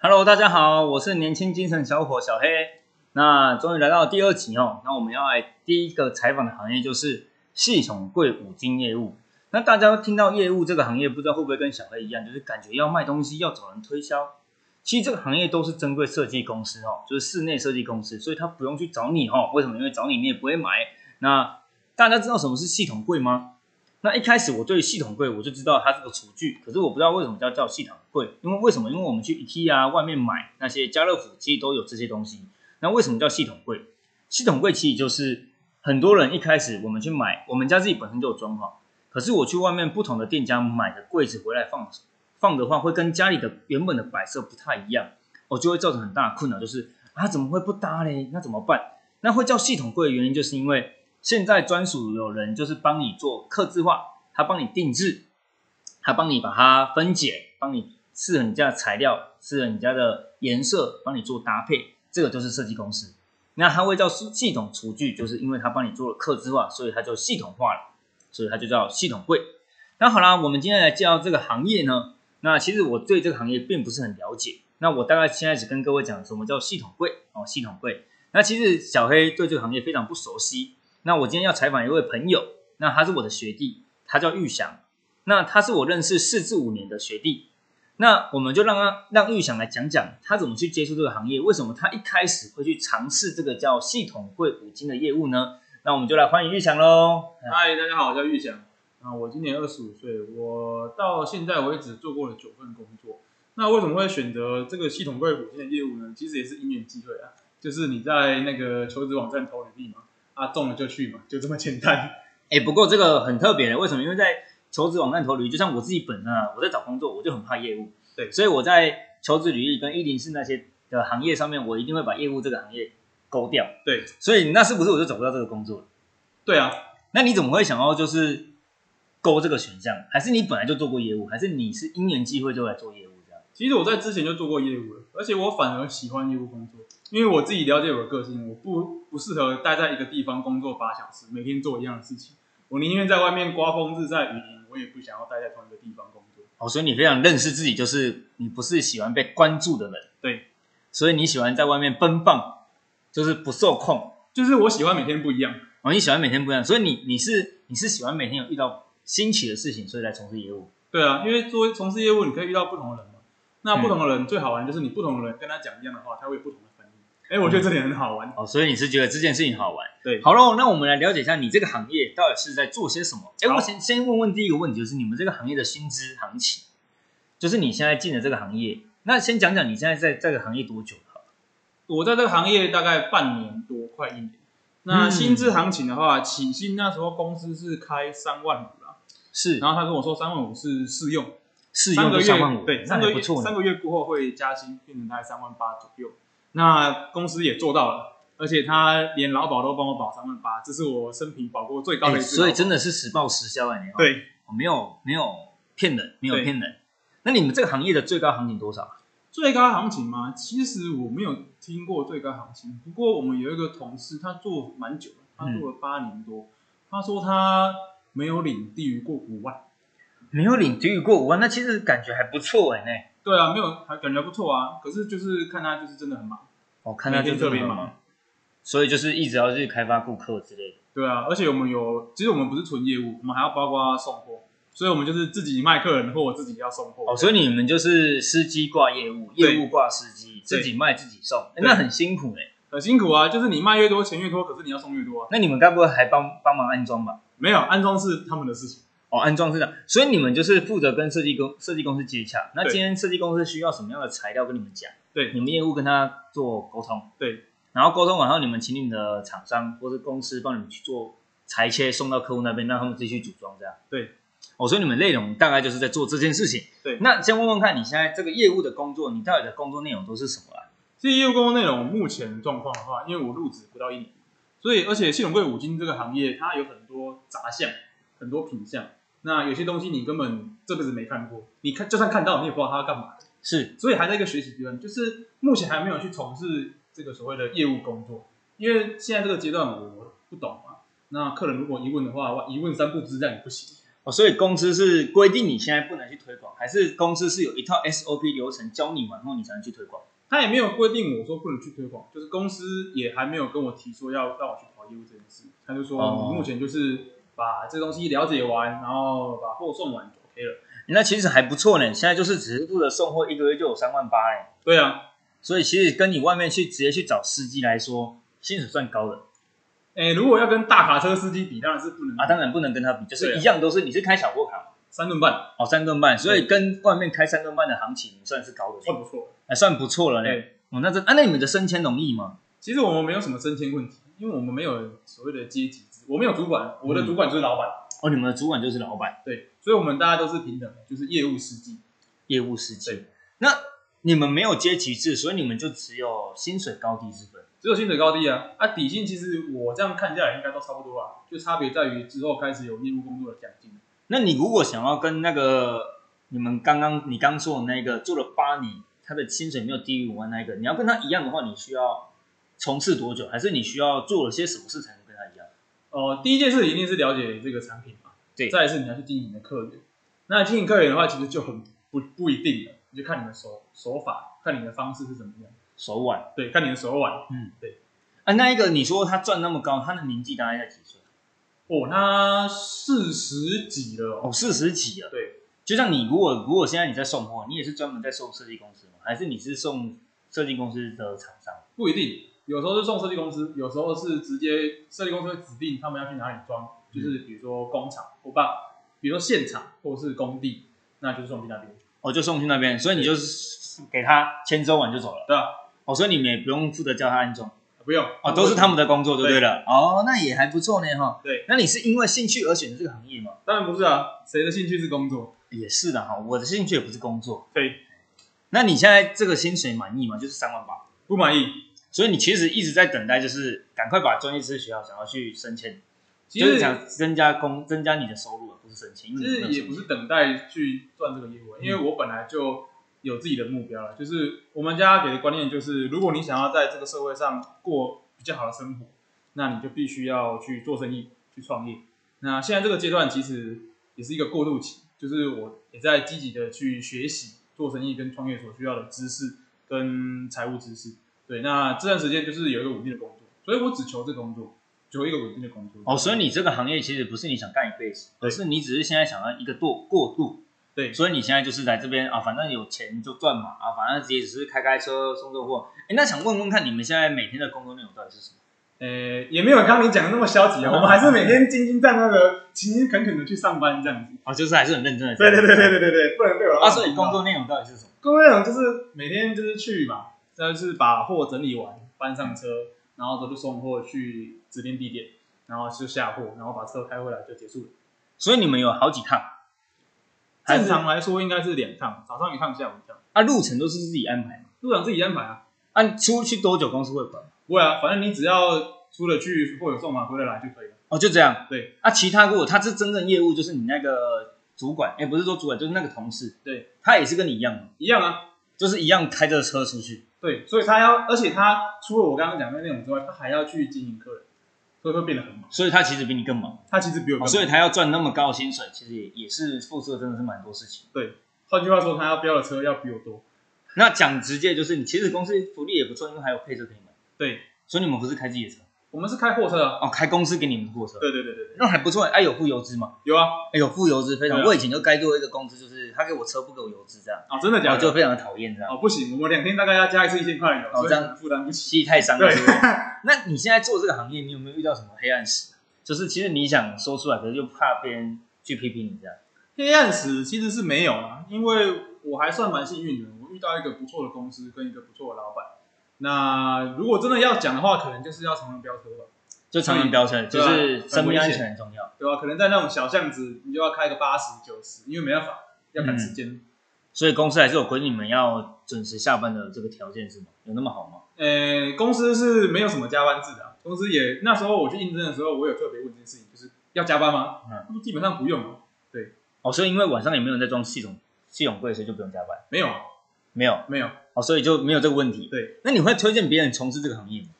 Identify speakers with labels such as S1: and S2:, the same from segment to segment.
S1: Hello，大家好，我是年轻精神小伙小黑。那终于来到第二集哦，那我们要来第一个采访的行业就是系统柜五金业务。那大家听到业务这个行业，不知道会不会跟小黑一样，就是感觉要卖东西，要找人推销。其实这个行业都是珍贵设计公司哦，就是室内设计公司，所以他不用去找你哦。为什么？因为找你你也不会买。那大家知道什么是系统柜吗？那一开始我对系统柜我就知道它是个厨具，可是我不知道为什么叫叫系统柜，因为为什么？因为我们去 IKEA 啊外面买那些家乐福其实都有这些东西，那为什么叫系统柜？系统柜其实就是很多人一开始我们去买，我们家自己本身就有装潢，可是我去外面不同的店家买的柜子回来放放的话，会跟家里的原本的摆设不太一样，我就会造成很大的困扰，就是啊怎么会不搭嘞？那怎么办？那会叫系统柜的原因，就是因为现在专属有人就是帮你做刻字化，他帮你定制，他帮你把它分解，帮你适合你家的材料，适合你家的颜色，帮你做搭配，这个就是设计公司。那它会叫系统厨具，就是因为它帮你做了刻字化，所以它就系统化了，所以它就叫系统柜。那好啦，我们今天来介绍这个行业呢，那其实我对这个行业并不是很了解，那我大概现在只跟各位讲什么叫系统柜哦，系统柜。那其实小黑对这个行业非常不熟悉。那我今天要采访一位朋友，那他是我的学弟，他叫玉祥，那他是我认识四至五年的学弟。那我们就让他让玉祥来讲讲他怎么去接触这个行业，为什么他一开始会去尝试这个叫系统柜五金的业务呢？那我们就来欢迎玉祥喽。
S2: 嗨，大家好，我叫玉祥。啊，我今年二十五岁，我到现在为止做过了九份工作。那为什么会选择这个系统柜五金的业务呢？其实也是因缘际会啊，就是你在那个求职网站投履历嘛，啊中了就去嘛，就这么简单。
S1: 哎，不过这个很特别的，为什么？因为在求职网站投履历，就像我自己本身啊，我在找工作，我就很怕业务，
S2: 对
S1: 所以我在求职履历跟一零四那些的行业上面，我一定会把业务这个行业勾掉。
S2: 对，
S1: 所以那是不是我就找不到这个工作了？
S2: 对啊，
S1: 那你怎么会想要就是勾这个选项？还是你本来就做过业务？还是你是因缘际会就来做业务这样？
S2: 其实我在之前就做过业务了，而且我反而喜欢业务工作，因为我自己了解我的个性，我不不适合待在一个地方工作八小时，每天做一样的事情。我宁愿在外面刮风日晒雨淋，我也不想要待在同一个地方工作。
S1: 哦，所以你非常认识自己，就是你不是喜欢被关注的人，
S2: 对，
S1: 所以你喜欢在外面奔放，就是不受控。
S2: 就是我喜欢每天不一样。
S1: 哦，你喜欢每天不一样，所以你你是你是喜欢每天有遇到新奇的事情，所以来从事业务。
S2: 对啊，因为做从事业务，你可以遇到不同的人嘛。那
S1: 嗯
S2: 不同的人最好玩就是你不同的人跟他讲一样的话，他会有不同的反应。哎，我觉得这点很好玩。
S1: 哦，所以你是觉得这件事情好玩。
S2: 对，
S1: 好喽，那我们来了解一下你这个行业到底是在做些什么。哎，
S2: 好
S1: 我先先问问第一个问题，就是你们这个行业的薪资行情，就是你现在进的这个行业，那先讲讲你现在在这个行业多久了？
S2: 我在这个行业大概半年多，快一年。那
S1: 嗯
S2: 薪资行情的话，起薪那时候公司是开三万五啦，
S1: 是
S2: 然后他跟我说三万五是试用，
S1: 试
S2: 三
S1: 用
S2: 个
S1: 就
S2: 月
S1: 上万五，
S2: 对，
S1: 那
S2: 三个
S1: 还
S2: 月
S1: 不错
S2: 三
S1: 呢。
S2: 个月过后会加薪，变成大概三万八左右。那公司也做到了，而且他连劳保都帮我保三万八，这是我生平保过最高的
S1: 哎
S2: 一次劳
S1: 所
S2: 保。
S1: 以真的是实报实销哎、你哦，
S2: 对，
S1: 我没有没有骗人，没有
S2: 对
S1: 骗人。那你们这个行业的最高行情多少啊？
S2: 最高行情吗？其实我没有听过最高行情，不过我们有一个同事，他做蛮久了，他做了八年多，他说他没有领低于过五万。
S1: 没有领低于过五万，那其实感觉还不错哎、呢。
S2: 对啊，没有，还感觉不错啊。可是就是看他就是真的很忙，
S1: 哦，看他
S2: 每
S1: 就
S2: 天特别
S1: 这么
S2: 忙。
S1: 所以就是一直要去开发顾客之类的。
S2: 对啊，而且我们有，其实我们不是纯业务，我们还要包括送货，所以我们就是自己卖客人或我自己要送货。
S1: 哦，所以你们就是司机挂业务，
S2: 对
S1: 业务挂司机，自己卖自己送，诶
S2: 对
S1: 那很辛苦哎、
S2: 很辛苦啊，就是你卖越多钱越多，可是你要送越多啊。
S1: 那你们该不会还帮帮忙安装吧？
S2: 没有，安装是他们的事情。
S1: 哦，安装是这样，所以你们就是负责跟设计公设计公司接洽。那
S2: 对
S1: 今天设计公司需要什么样的材料跟你们讲？
S2: 对
S1: 你们业务跟他做沟通。
S2: 对，
S1: 然后沟通完后，你们请你们的厂商或是公司帮你们去做裁切，送到客户那边，让他们自己去组装这样。
S2: 对，
S1: 哦，所以你们内容大概就是在做这件事情。
S2: 对
S1: 那先问问看，你现在这个业务的工作，你到底的工作内容都是什么啊？
S2: 这业务工作内容目前状况的话，因为我入职不到一年，所以而且系统柜五金这个行业，它有很多杂项，很多品项。那有些东西你根本这辈子没看过，你看就算看到，你也不知道它要干嘛的，
S1: 是
S2: 所以还在一个学习阶段，就是目前还没有去从事这个所谓的业务工作，因啊为现在这个阶段我不懂嘛。那客人如果一问的话，哇一问三不知，这样也不行。
S1: 哦，所以公司是规定你现在不能去推广，还是公司是有一套 SOP 流程教你完后你才能去推广？
S2: 他也没有规定我说不能去推广，就是公司也还没有跟我提说要让我去跑业务这件事。他就说
S1: 哦
S2: 你目前就是把这东西了解完，然后把货送完就 OK 了。
S1: 那其实还不错呢，现在就是只是负责送货，一个月就有三万八哎，
S2: 对啊，
S1: 所以其实跟你外面去直接去找司机来说，薪水算高的
S2: 哎、如果要跟大卡车司机比，当然是不能
S1: 啊，当然不能跟他比，就
S2: 对
S1: 是
S2: 啊
S1: 一样都是你是开小货卡嘛
S2: 三顿半
S1: 哦，三顿半，所以跟外面开三顿半的行情算是高的
S2: 算
S1: 了，
S2: 不错。
S1: 还算不错了嘞。
S2: 对，
S1: 哦，那这啊，那你们的升迁容易吗？
S2: 其实我们没有什么升迁问题，因为我们没有所谓的阶级制，我没有主管，我的主管就是老板。
S1: 哦，你们的主管就是老板，
S2: 对，所以我们大家都是平等的，就是业务司机。
S1: 业务司机
S2: 对。
S1: 那你们没有阶级制，所以你们就只有薪水高低之分。
S2: 只有薪水高低啊，啊底薪其实我这样看下来应该都差不多啦，就差别在于之后开始有业务工作的奖金。啊
S1: 那你如果想要跟那个你们刚刚你刚说的那个做了八年，他的薪水没有低于五万那一个，你要跟他一样的话，你需要从事多久？还是你需要做了些什么事才能跟他一样？
S2: 哦、第一件事一定是了解这个产品嘛，
S1: 对
S2: 再来是你要去经营你的客源。那经营客源的话，其实就很不不一定了，你就看你的手手法，看你的方式是怎么样，
S1: 手腕
S2: 对，看你的手腕。
S1: 啊，那一个你说他赚那么高，他的年纪大概在几岁？
S2: 哦，他四十几了哦，
S1: 哦，四十几了。
S2: 对，
S1: 就像你如果如果现在你在送货，你也是专门在送设计公司吗？还是你是送设计公司的厂商？
S2: 不一定，有时候是送设计公司，有时候是直接设计公司会指定他们要去哪里装，就是
S1: 嗯
S2: 比如说工厂或吧，比如说现场或是工地，那就是送去那边，
S1: 哦，就送去那边，所以你就是给他签收完就走了。
S2: 对啊，
S1: 哦，所以你们也不用负责教他安装。
S2: 不用
S1: 哦，都是他们
S2: 的，
S1: 的工作就对了。哦，那也还不错呢哈。
S2: 对，
S1: 那你是因为兴趣而选择这个行业吗？
S2: 当然不是啊，谁的兴趣是工作？
S1: 也是的哈，我的兴趣也不是工作。
S2: 对，
S1: 那你现在这个薪水满意吗？就是三万八，
S2: 不满意，
S1: 所以你其实一直在等待，就是赶快把专业知识学好，想要去升迁，
S2: 其
S1: 就是
S2: 实
S1: 想增加工增加你的收入，啊而不是升迁。因
S2: 其
S1: 为你
S2: 实
S1: 没有
S2: 也
S1: 升
S2: 不
S1: 迁
S2: 是等待去赚这个业务，因为我本来就有自己的目标了，就是我们家给的观念就是，如果你想要在这个社会上过比较好的生活，那你就必须要去做生意、去创业。那现在这个阶段其实也是一个过渡期，就是我也在积极的去学习做生意跟创业所需要的知识跟财务知识。对，那这段时间就是有一个稳定的工作，所以我只求这个工作，求一个稳定的工作。
S1: 哦，所以你这个行业其实不是你想干一辈子，
S2: 对
S1: 而是你只是现在想要一个过过渡。
S2: 对
S1: 所以你现在就是来这边啊，反正有钱就赚嘛啊，反正自己只是开开车送送货。哎，那想问问看，你们现在每天的工作内容到底是什么？
S2: 呃，也没有刚刚你讲的那么消极 啊，我们还是每天兢兢战战的、勤勤恳恳的去上班这样子。
S1: 哦，就是还是很认真的。
S2: 对对对对对对对，不能被我
S1: 啊，
S2: 浪费
S1: 所以
S2: 到
S1: 工作内容到底是什么？
S2: 工作内容就是每天就是去嘛，再就是把货整理完搬上车，然后都去送货去指定地点，然后就下货，然后把车开回来就结束了。
S1: 所以你们有好几趟，还
S2: 正
S1: 是
S2: 常来说应该是两趟，早上一趟，下午一趟，
S1: 啊，路程都是自己安排嘛。
S2: 路上自己安排啊。
S1: 啊，你出去多久公司会管？
S2: 不会啊，反正你只要出了去货有送完回来来就可以了。
S1: 哦，就这样。
S2: 对
S1: 啊，其他如果他是真正业务，就是你那个主管，哎，不是说主管，就是那个同事，
S2: 对，
S1: 他也是跟你一样嘛，
S2: 一样啊，
S1: 就是一样开着车出去。
S2: 对，所以他要，而且他除了我刚刚讲的那种之外，他还要去经营客人，所以会变得很忙。
S1: 所以他其实比你更忙，
S2: 他其实比我更
S1: 哦
S2: 忙、
S1: 所以他要赚那么高的薪水，其实也也是付出的真的是蛮多事情。
S2: 对，换句话说，他要标的车要比我多。
S1: 那讲直接就是，你其实公司福利也不错，因为还有配车可以买，
S2: 对，
S1: 所以你们不是开自己的车
S2: 我们是开货车啊。
S1: 哦，开公司给你们的货车，
S2: 对对对对对，
S1: 那还不错。哎、有付油资嘛？
S2: 有啊
S1: 哎、有付油资非常。
S2: 对啊
S1: 我以前就该做一个公司，就是他给我车不给我油资这样，
S2: 啊，真的
S1: 然
S2: 假
S1: 哦后就
S2: 的？
S1: 非常的讨厌这样，
S2: 哦，不行，我们两天大概要加一次一千块油，
S1: 哦
S2: 所以
S1: 这样
S2: 负担不起。
S1: 心里太伤了。
S2: 对
S1: 是不是那你现在做这个行业，你有没有遇到什么黑暗史？就是其实你想说出来，可是又怕别人去批评你这样。
S2: 黑暗史其实是没有啊，因为我还算蛮幸运的，我遇到一个不错的公司跟一个不错的老板。那如果真的要讲的话，可能就是要常常飙车吧，
S1: 就常常飙车，就
S2: 对啊
S1: 是生命
S2: 很危
S1: 安
S2: 险
S1: 全很重要。
S2: 对吧、可能在那种小巷子，你就要开个八十、九十，因为没办法，要赶时间。
S1: 所以公司还是有规定你们要准时下班的这个条件是吗？有那么好吗？
S2: 呃，公司是没有什么加班制的啊、公司也那时候我去应征的时候，我有特别问这件事情，就是要加班吗？
S1: 嗯
S2: 他们基本上不用啊，
S1: 哦，所以因为晚上也没有人在装系统系统柜，所以就不用加班，
S2: 没有啊，
S1: 没有
S2: 没有。
S1: 哦，所以就没有这个问题。
S2: 对，
S1: 那你会推荐别人从事这个行业吗？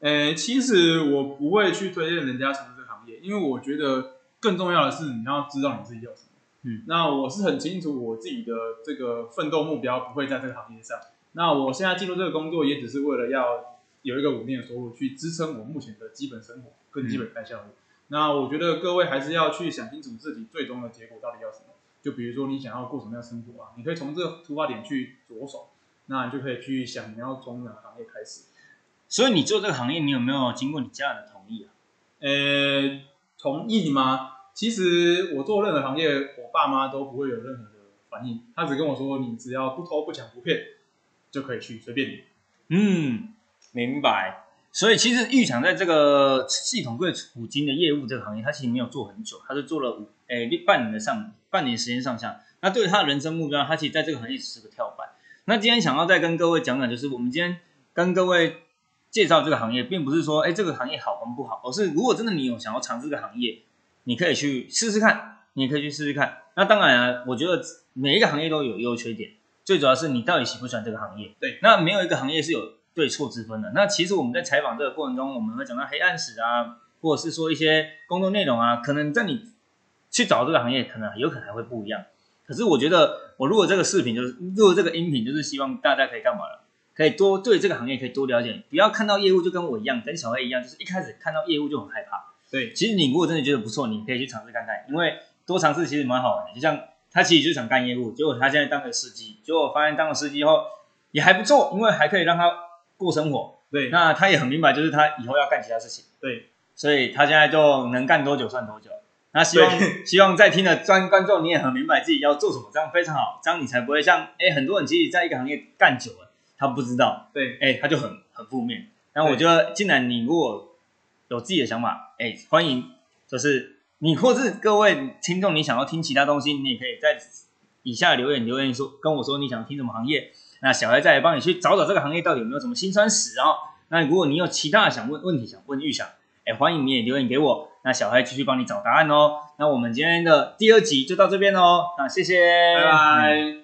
S2: 呃，其实我不会去推荐人家从事这个行业，因为我觉得更重要的是你要知道你自己要什么。
S1: 嗯，
S2: 那我是很清楚我自己的这个奋斗目标不会在这个行业上。那我现在进入这个工作也只是为了要有一个稳定的收入去支撑我目前的基本生活跟基本开销。那我觉得各位还是要去想清楚自己最终的结果到底要什么。就比如说你想要过什么样的生活啊，你可以从这个出发点去着手，那你就可以去想你要从哪个行业开始。
S1: 所以你做这个行业，你有没有经过你家人的同意啊？
S2: 呃，同意吗？其实我做任何行业，我爸妈都不会有任何的反应，他只跟我说，你只要不偷不抢不骗就可以去，随便你。
S1: 嗯，明白。所以其实玉厂在这个系统柜五金的业务这个行业，他其实没有做很久，他是做了五诶、半年的上半年时间上下。那对于他的人生目标，他其实在这个行业只是个跳板。那今天想要再跟各位讲讲，就是我们今天跟各位介绍这个行业，并不是说哎这个行业好跟不好，而是如果真的你有想要尝试这个行业，你可以去试试看，你可以去试试看。那当然啊，我觉得每一个行业都有优缺点，最主要是你到底喜不喜欢这个行业。那没有一个行业是有对错之分的。那其实我们在采访这个过程中，我们会讲到黑暗史啊，或者是说一些工作内容啊，可能在你去找这个行业，可能有可能还会不一样。可是我觉得，我如果这个视频就是，如果这个音频就是希望大家可以干嘛了？可以多对这个行业可以多了解，不要看到业务就跟我一样，跟小黑一样，就是一开始看到业务就很害怕。
S2: 对，
S1: 其实你如果真的觉得不错，你可以去尝试看看，因为多尝试其实蛮好玩的。就像他其实就想干业务，结果他现在当个司机，结果发现当了司机后也还不错，因为还可以让他过生活。
S2: 对，
S1: 那他也很明白，就是他以后要干其他事情，
S2: 对，
S1: 所以他现在就能干多久算多久。那希望 希望在听的专观众你也很明白自己要做什么，这样非常好，这样你才不会像哎很多人其实在一个行业干久了，他不知道，
S2: 对，
S1: 哎、他就很很负面。那我觉得，既然你如果有自己的想法，哎、欢迎，就是你或是各位听众，你想要听其他东西，你也可以在以下留言留言说跟我说你想听什么行业，那小黑再来帮你去找找这个行业到底有没有什么辛酸史哦。那如果你有其他的想问问题想问玉想，哎、欢迎你也留言给我，那小黑继续哦帮你找答案哦。那我们今天的第二集就到这边喽，那谢谢，
S2: 拜拜。
S1: 嗯